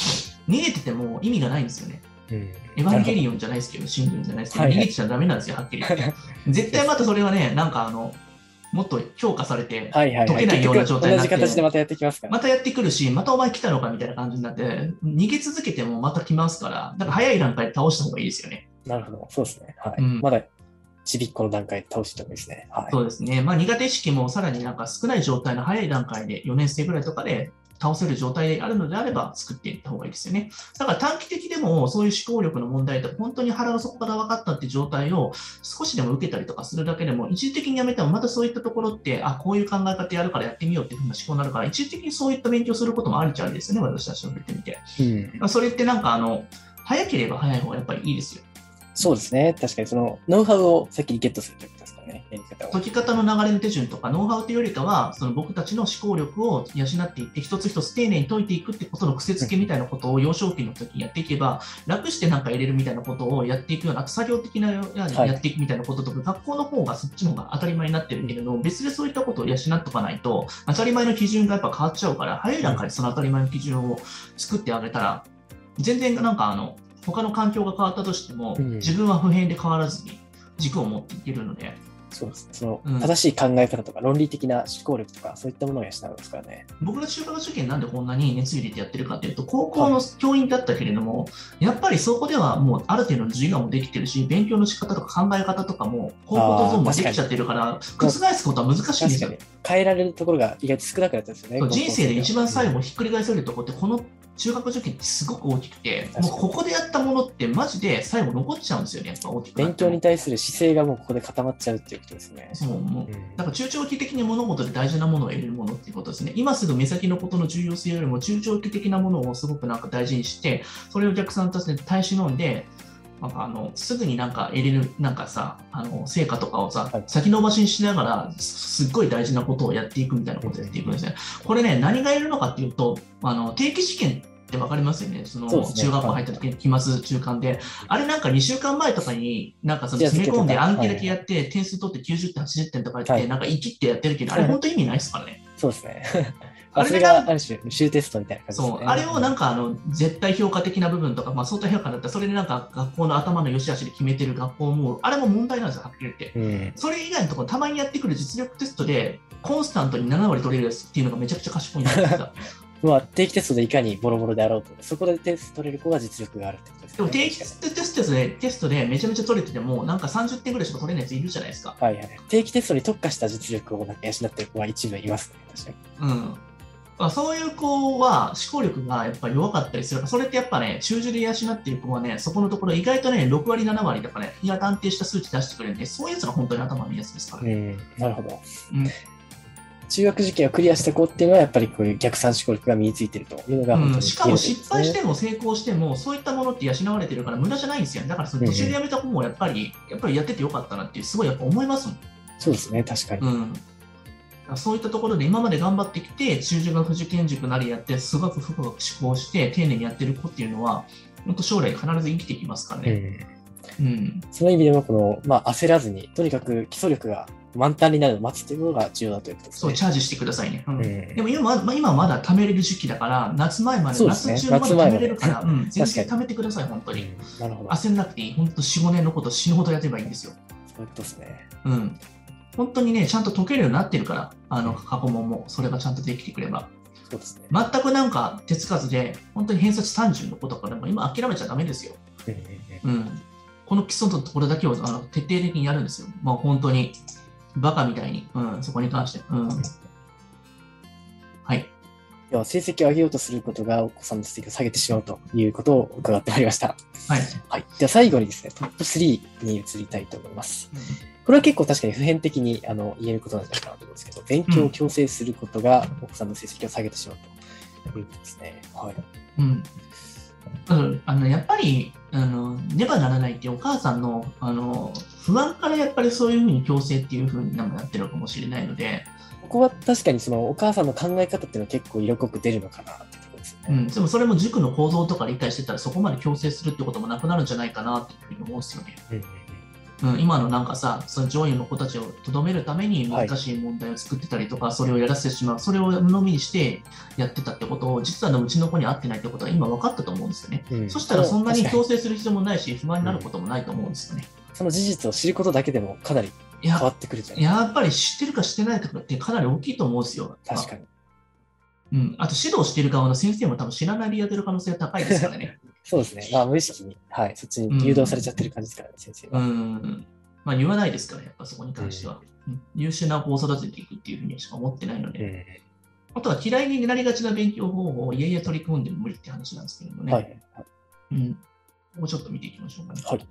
Speaker 2: 逃げてても意味がないんですよね。
Speaker 1: うん。
Speaker 2: エヴァンゲリオンじゃないですけど、シングルじゃないですけど、
Speaker 1: はいはい
Speaker 2: 逃げてちゃダメなんですよ、はっきり言って。絶対またそれはね、なんかあの、もっと強化されて、
Speaker 1: はいはい、はい。
Speaker 2: 解けないような状態になって
Speaker 1: 結局同じ形でまたやってきますから。
Speaker 2: またやってくるし、またお前来たのかみたいな感じになって、逃げ続けてもまた来ますから、だから早い段階で倒した方がいいですよね。
Speaker 1: なるほど。そうですね。はい。
Speaker 2: うん
Speaker 1: まだ、ちびっこの段階で倒してもいいですね。はい。
Speaker 2: そうですね、まあ、苦手意識もさらになんか少ない状態の早い段階で、4年生ぐらいとかで倒せる状態であるのであれば、作っていった方がいいですよね。だから短期的でも、そういう思考力の問題とか、本当に腹の底から分かったって状態を少しでも受けたりとかするだけでも、一時的にやめても、またそういったところって、あこういう考え方やるからやってみようっていうふうな思考になるから、一時的にそういった勉強することもありちゃうんですよね、私たちの見てみて。
Speaker 1: うん、
Speaker 2: まあそれってなんかあの、早ければ早い方がやっぱりいいですよ。
Speaker 1: そうですね。確かに、その、ノウハウを先にゲットするということですからね。やり方を。
Speaker 2: 解き方の流れの手順とかノウハウというよりかはその僕たちの思考力を養っていって一つ一つ丁寧に解いていくってことの癖付けみたいなことを幼少期の時にやっていけば楽してなんか入れるみたいなことをやっていくような作業的なような
Speaker 1: はい
Speaker 2: やっていくみたいなこととか学校の方がそっちの方が当たり前になってるけれど別でそういったことを養っとかないと当たり前の基準がやっぱ変わっちゃうから早い段階でその当たり前の基準を作ってあげたら全然なんかあの他の環境が変わったとしても
Speaker 1: うん
Speaker 2: 自分は普遍で変わらずに軸を持っていけるので。
Speaker 1: そうですね。その、
Speaker 2: うん
Speaker 1: 正しい考え方とか、論理的な思考力とか、そういったものを養うんですからね。
Speaker 2: 僕の中学受験なんでこんなに熱入れてやってるかっていうと高校の教員だったけれども、やっぱりそこではもうある程度の授業もできてるし勉強の仕方とか考え方とかも高校とゾーンもできちゃってるから覆すことは難しいん
Speaker 1: 確
Speaker 2: です
Speaker 1: か
Speaker 2: よ
Speaker 1: に。変えられるところが意外と少なくなったんですよね。高校
Speaker 2: 人生で一番最
Speaker 1: うん
Speaker 2: 後ひっくり返せるとこってこの中学受験ってすごく大きくて
Speaker 1: 確かに
Speaker 2: もうここでやったものってマジで最後残っちゃうんですよねやっぱ大きくなっ
Speaker 1: 勉
Speaker 2: て
Speaker 1: 強
Speaker 2: も
Speaker 1: に対する姿勢がもうここで固まっちゃうっていうことですね。
Speaker 2: そうもう
Speaker 1: うん
Speaker 2: だから中長期的に物事で大事なものを得るものっていうことですね。今すぐ目先のことの重要性よりも中長期的なものをすごくなんか大事にして、それをお客さんとして耐え忍んで、なんかあのすぐになんか得れるなんかさあの成果とかをさ、
Speaker 1: はい
Speaker 2: 先延ばしにしながらすすっごい大事なことをやっていくみたいなことをやっていくんですね。これね何がいるのかっていうとあの定期試験って分かりますよねその
Speaker 1: そうですね
Speaker 2: 中学校入った時に期末中間で、あれなんか2週間前とかになんかその詰め込んで暗記だけやって点数取って90点80点とかやって、
Speaker 1: はい
Speaker 2: なんか生きってやってるけどあれ本当意味ないですからね。
Speaker 1: そうですね。
Speaker 2: あ
Speaker 1: あ
Speaker 2: れ
Speaker 1: そ
Speaker 2: が
Speaker 1: れがある種、州テストみたいな感じです
Speaker 2: そ
Speaker 1: ね。
Speaker 2: うあれをなん
Speaker 1: か、
Speaker 2: かあの絶対評価的な部分とか、まあ、相対評価だったらそれでなんか学校の頭の良し悪しで決めてる学校もあれも問題なんですよはっきり言って。
Speaker 1: うん、
Speaker 2: それ以外のところたまにやってくる実力テストでコンスタントに7割取れるやつっていうのがめちゃくちゃ賢いんですよ。実は
Speaker 1: まあ、定期テストでいかにボロボロであろうと、そこで点数取れる子が実力があるってことですね。
Speaker 2: でも定期テ
Speaker 1: 確か
Speaker 2: ストでテストでめちゃめちゃ取れててもなんか30点ぐらいしか取れないやついるじゃないですか。
Speaker 1: にはいはい。定期テストに特化した実力をなんか養ってる子は一部いますね。確かに。
Speaker 2: うんまあ、そういう子は思考力がやっぱ弱かったりするからそれってやっぱね、中旬で養っている子はね、そこのところ意外とね、6割、7割とかね、いや安定した数値出してくれるんで、そういうやつが本当に頭のいいやつですからね。
Speaker 1: うん、なるほど、
Speaker 2: うん
Speaker 1: 中学受験をクリアした子っていうのは、やっぱりこういう逆算思考力が身についてるというのが本当
Speaker 2: う
Speaker 1: に、
Speaker 2: ん、しかも失敗しても成功しても、そういったものって養われてるから無駄じゃないんですよね。だからその途中でやめた子もやっぱり、やっぱりやっててよかったなっていう、すごいやっぱ思いますもん。
Speaker 1: そうですね、確かに。
Speaker 2: うん、そういったところで今まで頑張ってきて中中学受験塾なりやってすごく深く志向して丁寧にやってる子っていうのは本当将来必ず生きてきますから
Speaker 1: う
Speaker 2: ね。
Speaker 1: ん、
Speaker 2: うん
Speaker 1: その意味でも、この、まあ、焦らずに、とにかく基礎力が満タンになるのを待つというのが重要だということです
Speaker 2: そう
Speaker 1: ね。
Speaker 2: チャージしてくださいね。うん
Speaker 1: うん
Speaker 2: でも今はま今はまだ貯めれる時期だから夏前まで、
Speaker 1: そうですね
Speaker 2: 夏中まで
Speaker 1: 夏前まで
Speaker 2: 貯めれるから、うん、全
Speaker 1: 確か
Speaker 2: 然
Speaker 1: に
Speaker 2: 貯めてください本当に。
Speaker 1: うんなるほど。
Speaker 2: 焦んなくていい本当45年のこと死ぬほどやってればいいんですよ。
Speaker 1: そういうことですね。
Speaker 2: うん本当にね、ちゃんと解けるようになってるから、あの過去問も、それがちゃんとできてくれば。
Speaker 1: そうですね。
Speaker 2: 全くなんか手つかずで、本当に偏差値30の子とかでも今諦めちゃダメですよ。
Speaker 1: うんうんうん
Speaker 2: うん。この基礎のところだけをあの徹底的にやるんですよ。まあ、本当に、バカみたいに、うん、そこに関して。うん、はい。
Speaker 1: 要は成績を上げようとすることがお子さんの成績を下げてしまうということを伺ってまいりました。
Speaker 2: はい。
Speaker 1: はい。では最後にですね、トップ3に移りたいと思います。これは結構確かに普遍的にあの言えることなんじゃないかなと思うんですけど、勉強を強制することがお子さんの成績を下げてしまうということですね。はい。
Speaker 2: うん。だからあのやっぱりあのねばならないっていうお母さんのあの不安からやっぱりそういうふうに強制っていうふうになんかなってるのかもしれないので、
Speaker 1: ここは確かにそのお母さんの考え方っていうのは結構色濃く出るのかなってところですよ
Speaker 2: う
Speaker 1: ね。
Speaker 2: ん、でもそれも塾の構造とか理解してたらそこまで強制するってこともなくなるんじゃないかなっていうふうに思うんですよね。
Speaker 1: うんうん
Speaker 2: うん、今のなんかさ、その上位の子たちをとどめるために難しい問題を作ってたりとか、それをやらせてしまう、それを鵜呑みにしてやってたってことを、実はあのうちの子に合ってないってことは今分かったと思うんですよね。
Speaker 1: うん
Speaker 2: そしたらそんなに
Speaker 1: 確か
Speaker 2: 強制する必要もないし、不安になることもないと思うんですよね。
Speaker 1: その事実を知ることだけでもかなり
Speaker 2: い
Speaker 1: 変わ
Speaker 2: や、
Speaker 1: ってくるじゃない
Speaker 2: やっぱり知ってるか知ってないかってかなり大きいと思うんですよ。
Speaker 1: 確かに。
Speaker 2: うん、あと指導している側の先生も多分知らないでやってる可能性が高いですか らね。
Speaker 1: そうですね。まあ無意識に、はい、そっちに誘導されちゃってる感じですからね、先生
Speaker 2: う
Speaker 1: は。
Speaker 2: ん。まあ言わないですから、やっぱそこに関しては。うん優秀な子を育てていくっていうふうにしか思ってないので。
Speaker 1: うん
Speaker 2: あとは嫌いになりがちな勉強方法をいやいや取り組んでも無理って話なんですけれどもね、
Speaker 1: はい。
Speaker 2: うん、もうちょっと見ていきましょうかね。
Speaker 1: はい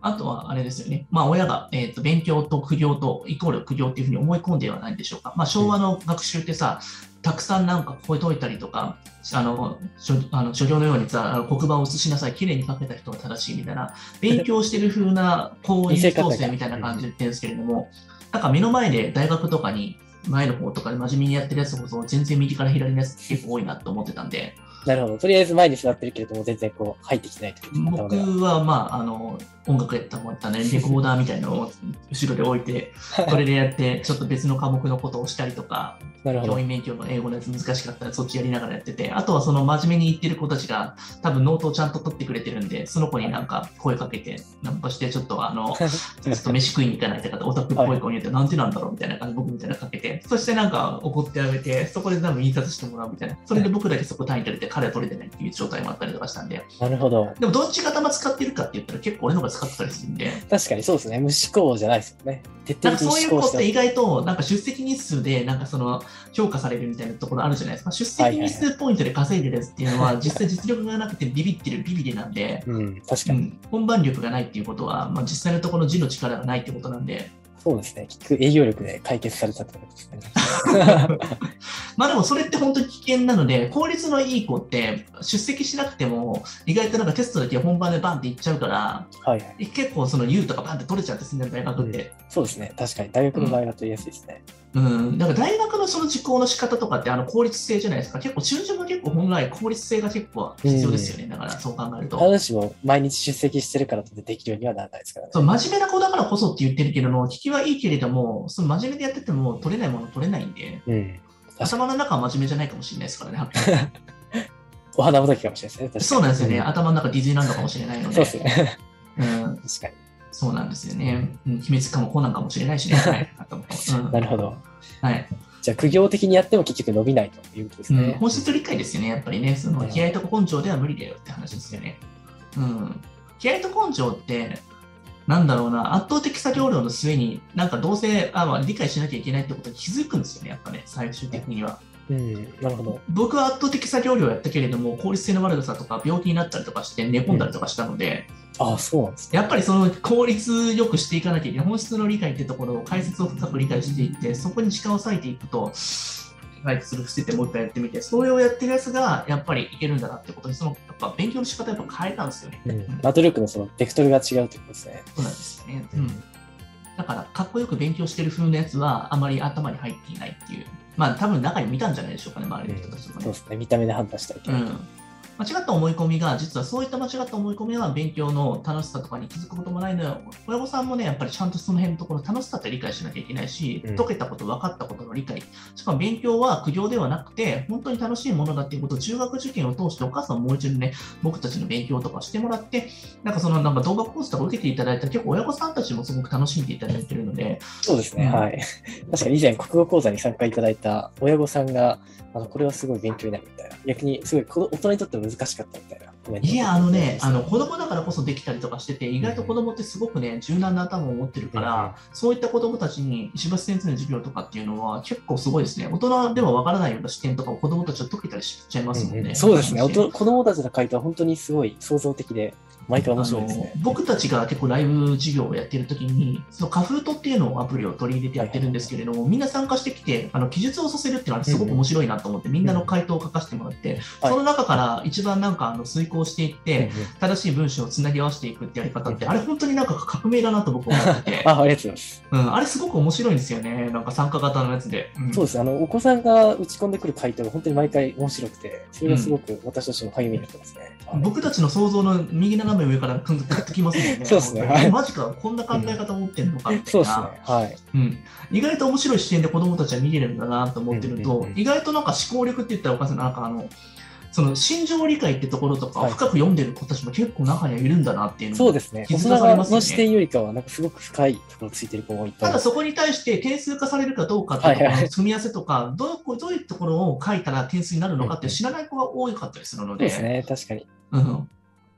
Speaker 2: あとはあれですよね、まあ、親が、えー、と勉強と苦行とイコール苦行っていうふうに思い込んではないでしょうか。まあ、昭和の学習ってさ、たくさんなんか解いといたりとか、あの書あの書業のようにさ、あの黒板を写しなさい、きれいに書けた人が正しいみたいな、勉強してる風なこういう構成みたいな感じで言ってるんですけれども、なんか目の前で大学とかに前の方とかで真面目にやってるやつこそ全然右から左のやつ結構多いなと思ってたんで、
Speaker 1: なるほど。とりあえず前に座ってるけれども、全然こう入ってきてないというか頭
Speaker 2: 僕
Speaker 1: では
Speaker 2: はまああの音楽やったもんやったねレコーダーみたいなのを後ろで置いて
Speaker 1: い
Speaker 2: これでやってちょっと別の科目のことをしたりとか
Speaker 1: なるほ
Speaker 2: 教
Speaker 1: ど。
Speaker 2: 員免許の英語のやつ難しかったらそっちやりながらやっててあとはその真面目に言ってる子たちが多分ノートをちゃんと取ってくれてるんでその子になんか声かけてなんかしてちょっとあのちょっと飯食いに行かないとかってオタクっぽい子に言って、なんてなんだろうみたいな感じで僕みたいなのかけて、そしてなんか怒ってあげて、そこで多分印刷してもらうみたいな、それで僕だけそこ単位取れて、彼は取れてないっていう状態もあったりとかしたんで、
Speaker 1: なるほど。
Speaker 2: でもどっちが頭使ってるかって言ったら結構俺の方が使ってたりするんで、
Speaker 1: 確かにそうですね。無思考じゃないですよね。徹
Speaker 2: なん
Speaker 1: 底
Speaker 2: か
Speaker 1: 的
Speaker 2: そうい
Speaker 1: に
Speaker 2: う
Speaker 1: 思
Speaker 2: 子
Speaker 1: 考
Speaker 2: っ
Speaker 1: して
Speaker 2: て意外となんか出席日数でなんかその評価されるみたいなところあるじゃないですか、出席日数ポイントで稼いでるやつっていうのは実際実力がなくてビビってるビビりなんで、
Speaker 1: うん、確
Speaker 2: う
Speaker 1: かに。
Speaker 2: ん、本番力がないっていうことは、まあ、実際のところ字の力がないってことなんで、
Speaker 1: そうですね。結局営業力で解決されたってこと ですね。
Speaker 2: まあでもそれって本当に危険なので、効率のいい子って出席しなくても、意外となんかテストだけ本番でバンっていっちゃうから、
Speaker 1: はいはい。
Speaker 2: 結構その U とかバンって取れちゃってすんだよ、大学って。
Speaker 1: そうですね。確かに。大学の場合は取りやすいですね。
Speaker 2: うん、だから大学のその受講の仕方とかってあの効率性じゃないですか。結構、中旬も結構本来効率性が結構必要ですよね。だからそう考えると。
Speaker 1: 必ずしも毎日出席してるからってできるようにはならないですからね。
Speaker 2: そう真面目な子だからこそって言ってるけども、聞きはいいけれども、その真面目でやってても取れないもの取れないんで、
Speaker 1: うん。
Speaker 2: 頭の中は真面目じゃないかもしれないですからね。
Speaker 1: お花畑かもしれないです ね。確かに
Speaker 2: そうなんですよね。
Speaker 1: うん
Speaker 2: 頭の中ディズニーランドかもしれないので。
Speaker 1: そうですね。
Speaker 2: う
Speaker 1: 確
Speaker 2: ん、
Speaker 1: かに。
Speaker 2: そうなんですよね。うん、秘密かもこうなんかもしれないしね。はいう ん
Speaker 1: なるほど。
Speaker 2: はい
Speaker 1: じゃあ、苦行的にやっても結局伸びないということです
Speaker 2: うん
Speaker 1: ね。
Speaker 2: 本質理解ですよね、やっぱりね。その
Speaker 1: うん
Speaker 2: 気合と根性では無理だよって話ですよね。うん、気合と根性って、なんだろうな、圧倒的作業量の末に、なんかどうせあ、まあ、理解しなきゃいけないってことに気づくんですよね、やっぱね、最終的には。
Speaker 1: うん、なるほど。
Speaker 2: 僕は圧倒的作業量やったけれども、効率性の悪さとか、病気になったりとかして、寝込んだりとかしたので、
Speaker 1: ああ、そうなんですね。
Speaker 2: やっぱりその効率よくしていかなきゃいけない本質の理解ってところを解説を深く理解していってそこに時間を割いていくと解説する伏せてもう一回やってみてそれをやってるやつがやっぱりいけるんだなってことにそのやっぱ勉強の仕方やっぱ変えたんですよね。
Speaker 1: うん、まあ努力のそのベクトルが違うということですね。
Speaker 2: そうなんですよね、うん、だからかっこよく勉強してる風のやつはあまり頭に入っていないっていうまあ多分中に見たんじゃないでしょうかね周りの人たちとかね
Speaker 1: そう。ですね。見た目で判断したらいけ
Speaker 2: う
Speaker 1: ない。
Speaker 2: ん、間違った思い込みが、実はそういった間違った思い込みは勉強の楽しさとかに気づくこともないのよ。親御さんもね、やっぱりちゃんとその辺のところ、楽しさって理解しなきゃいけないし、
Speaker 1: うん
Speaker 2: 解けたこと、分かったことの理解、しかも勉強は苦行ではなくて、本当に楽しいものだっていうことを中学受験を通して、お母さんももう一度ね、僕たちの勉強とかしてもらって、なんかそのなんか動画コースとか受けていただいたら、結構親御さんたちもすごく楽しんでいただいてるので、
Speaker 1: そうですね。
Speaker 2: うん
Speaker 1: はい。 確かに以前、国語講座に参加いただいた親御さんが、あのこれはすごい勉強になるみたいな。逆に、すごい子ど大人にとっても難しかったみたいなごめん
Speaker 2: いや、あのね、あの子供だからこそできたりとかしてて、意外と子供ってすごくね、柔軟な頭を持ってるから、そういった子供たちに石橋先生の授業とかっていうのは結構すごいですね。大人ではわからないような視点とかを子供たちは解けたりしちゃいますもんね。
Speaker 1: うんうんそうですね。大
Speaker 2: 話して
Speaker 1: 人子供たちの回答は本当にすごい創造的で、毎回面白いですね
Speaker 2: あ。の僕たちが結構ライブ授業をやってる時にそのカフートっていうのをアプリを取り入れてやってるんですけれども、みんな参加してきてあの記述をさせるっていうのはあれすごく面白いなと思って、みんなの回答を書かせてもらって、
Speaker 1: はい
Speaker 2: その中から一番なんかあの遂行していって、
Speaker 1: うんうん、
Speaker 2: 正しい文章をつなぎ合わせていくってやり方ってあれ本当になんか革命だなと僕は思って て
Speaker 1: あありがとうございます。
Speaker 2: うん、あれすごく面白いんですよねなんか参加型のやつで。うん
Speaker 1: そうですあのお子さんが打ち込んでくる回答が本当に毎回面白くて、それがすごく私たちの励みになってますね。はい
Speaker 2: 僕たちの想像の右斜め上からグッときますよね。
Speaker 1: そうですね
Speaker 2: 本当に
Speaker 1: はい
Speaker 2: マジか、こんな考え方持ってんのかみた
Speaker 1: そ
Speaker 2: いうな。
Speaker 1: ですね。はい。
Speaker 2: うん、意外と面白い視点で子どもたちは見れるんだなと思ってると、
Speaker 1: うんうんうん
Speaker 2: 意外となんか思考力って言ったらお母さんなんかあのその心情理解ってところとか
Speaker 1: はい
Speaker 2: 深く読んでる子たちも結構中にはいるんだなっていうの
Speaker 1: そう
Speaker 2: も
Speaker 1: ですね。
Speaker 2: 気
Speaker 1: 大
Speaker 2: づ
Speaker 1: 人
Speaker 2: かされ
Speaker 1: 側
Speaker 2: ますよね
Speaker 1: の視点よりかは、なんかすごく深いところついてる子もいっぱい
Speaker 2: た
Speaker 1: い
Speaker 2: だ
Speaker 1: ます。
Speaker 2: そこに対して点数化されるかどうかっていうとこ
Speaker 1: はい
Speaker 2: ろ
Speaker 1: は
Speaker 2: の積み合わせとかどうこどういうところを書いたら点数になるのかって知らない子が多かったりするの
Speaker 1: そう
Speaker 2: で
Speaker 1: ですね。確かに。
Speaker 2: うん、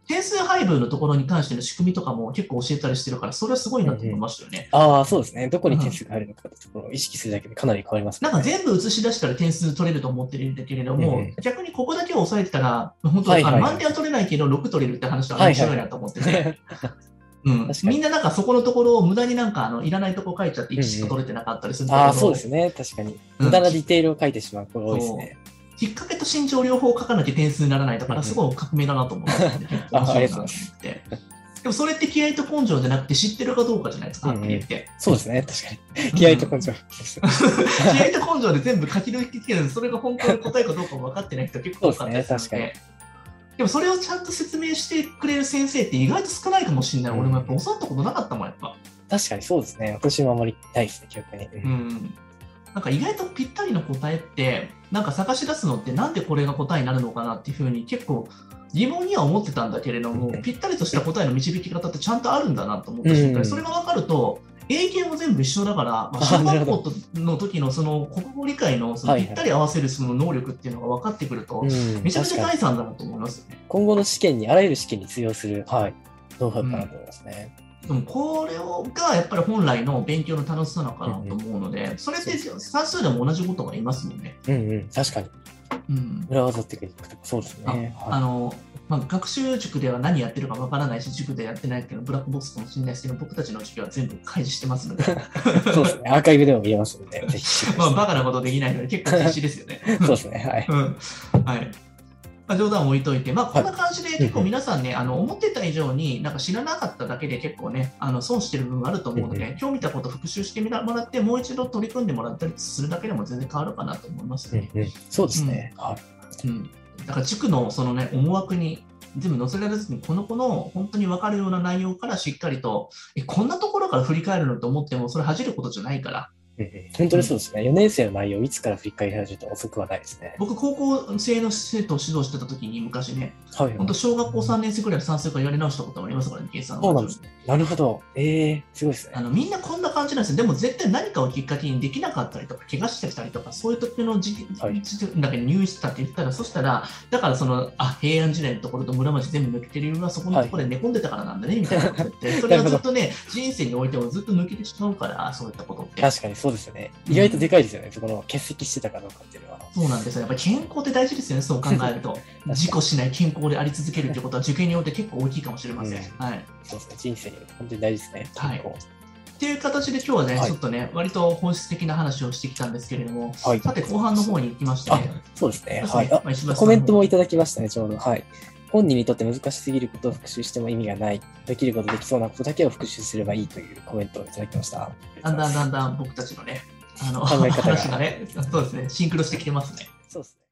Speaker 2: 点数配分のところに関しての仕組みとかも結構教えたりしてるからそれはすごいなと思いましたよね。
Speaker 1: ああ、そうですね。どこに点数が入るのかってところを意識するだけでかなり変わります、ね。
Speaker 2: なんか全部映し出したら点数取れると思ってるんだけれども、
Speaker 1: うんうん
Speaker 2: 逆にここだけを抑えてたら、本当、
Speaker 1: はいはい
Speaker 2: あの満点は取れないけど、6取れるって話は面白い なと思ってて、うん
Speaker 1: 確かに
Speaker 2: みんななんかそこのところを無駄になんかあのいらないとこ書いちゃって、1しか取れてなかったりするんだけど、
Speaker 1: ああ、そうですね。確かに。
Speaker 2: うん
Speaker 1: 無駄なディテールを書いてしまう子が多いですね。
Speaker 2: 引っ掛けと身長両方書かなきゃ点数にならないだか
Speaker 1: うんう
Speaker 2: ら、
Speaker 1: ん
Speaker 2: すごい革命だな と思って、結構面白いなと思って。でもそれって気合と根性じゃなくて知ってるかどうかじゃないですか、
Speaker 1: うん
Speaker 2: は
Speaker 1: うん
Speaker 2: っきり言って。
Speaker 1: そうですね。確かに。気合と根性。
Speaker 2: 気合と根性で全部書き抜きつけるのそれが本当の答えかどうかも分かってない人結構多かったりするの
Speaker 1: そうで
Speaker 2: で。でもそれをちゃんと説明してくれる先生って意外と少ないかもしれない。
Speaker 1: うん
Speaker 2: 俺もやっぱ教わったことなかったもん、やっぱ。
Speaker 1: 確かにそうですね。私もあんまりないですね、記憶に。うん
Speaker 2: うん。なんか意外とぴったりの答えって、なんか探し出すのってなんでこれが答えになるのかなっていうふうに結構疑問には思ってたんだけれども
Speaker 1: う、ん
Speaker 2: ぴったりとした答えの導き方ってちゃんとあるんだなと思って知ったり
Speaker 1: うん
Speaker 2: それが分かると、英検も全部一緒だから、まあ、
Speaker 1: あ
Speaker 2: 小
Speaker 1: なる
Speaker 2: 学
Speaker 1: ほど
Speaker 2: 校の時のその国語理解のその
Speaker 1: はい
Speaker 2: ぴ
Speaker 1: はい
Speaker 2: ったり合わせるその能力っていうのが分かってくると、
Speaker 1: うん
Speaker 2: めちゃくち
Speaker 1: 確
Speaker 2: ゃ
Speaker 1: か
Speaker 2: 大
Speaker 1: に
Speaker 2: 事なんだなと思いますよね。
Speaker 1: 今後の試験に、あらゆる試験に通用する、はい、ノウハウかなと思いますね。
Speaker 2: でもこれをがやっぱり本来の勉強の楽しさなのかなと思うので、それって算数でも同じことが言いますもんね。
Speaker 1: うんうん、確かに。
Speaker 2: うん
Speaker 1: 裏技テクニックとか、そうですね。
Speaker 2: あ
Speaker 1: は
Speaker 2: のまあ、学習塾では何やってるかわからないし、塾でやってないけど、ブラックボックスかもしれないですけど、僕たちの授業は全部開示してます ので、
Speaker 1: い、そうですね。アーカイブでも見れますの で、ぜひ知ってく
Speaker 2: ま
Speaker 1: だ
Speaker 2: あ、
Speaker 1: さ
Speaker 2: バカなことできないので、結構必死ですよね。
Speaker 1: い。そうですね。はい。
Speaker 2: うんはいまあ、冗談を置いといて、まあ、こんな感じで結構
Speaker 1: うん
Speaker 2: 皆さんね、あの思ってた以上になんか知らなかっただけで結構ね、あの損してる部分があると思うので、
Speaker 1: うん
Speaker 2: 今日見たこと復習してみらもらって、もう一度取り組んでもらったりするだけでも全然変わるかなと思います
Speaker 1: う
Speaker 2: ね
Speaker 1: ん。うん、そうですね。はい。
Speaker 2: うん、だから塾のその、ね、思惑に全部載せられずに、この子の本当に分かるような内容からしっかりと、えこんなところから振り返るのと思っても、それ恥じることじゃないから、
Speaker 1: うんうん本当にそうですね。4年生の内容をいつから振り返り始めても遅くはないですね。
Speaker 2: 僕、高校生の生徒を指導してた時に、昔ね、
Speaker 1: はい。
Speaker 2: 本当、小学校3年生くらいの算数からやり直したこともありますからね、計算
Speaker 1: そうなんですね。なるほど。ええー、すごいです
Speaker 2: あ
Speaker 1: ね。
Speaker 2: のみんなこんな感じなんですよ、でも絶対何かをきっかけにできなかったりとか、怪我してきたりとか、そういう時の時期、
Speaker 1: はい
Speaker 2: 時期だけ入院してたって言ったら、そしたら、だからそのあ平安時代のところと村町全部抜けてる理由は、そこのところで寝込んでたからなんだね、みたいなこと言 って、それがずっとね、人生においてもずっと抜けてしまうから、そういったことって。
Speaker 1: 確かにそうですよね。意外とでかいですよね。そこの欠席してたかどうかっていうのは。
Speaker 2: そうなんですよやっぱり健康って大事ですよね、そう考えると。
Speaker 1: に
Speaker 2: 事故しない健康であり続けるってことは、受験において結構大きいかもしれません。
Speaker 1: うん
Speaker 2: はい
Speaker 1: そうですね。人生において本当に大事ですね。
Speaker 2: はい
Speaker 1: 健康
Speaker 2: っていう形で今日はね、
Speaker 1: はい
Speaker 2: ちょっとね、割と本質的な話をしてきたんですけれども、
Speaker 1: はい
Speaker 2: さて後半の方に行きまして、
Speaker 1: あそうですね。はい。あ
Speaker 2: まあ石橋さんの
Speaker 1: コメントもいただきましたね、ちょうど。はい。本人にとって難しすぎることを復習しても意味がない。できること、できそうなことだけを復習すればいいというコメントをいただきました。
Speaker 2: だんだんだんだん僕たちのね、あの
Speaker 1: 考え方が
Speaker 2: 話がね、そうですね、シンクロしてきてますね。
Speaker 1: そうですね。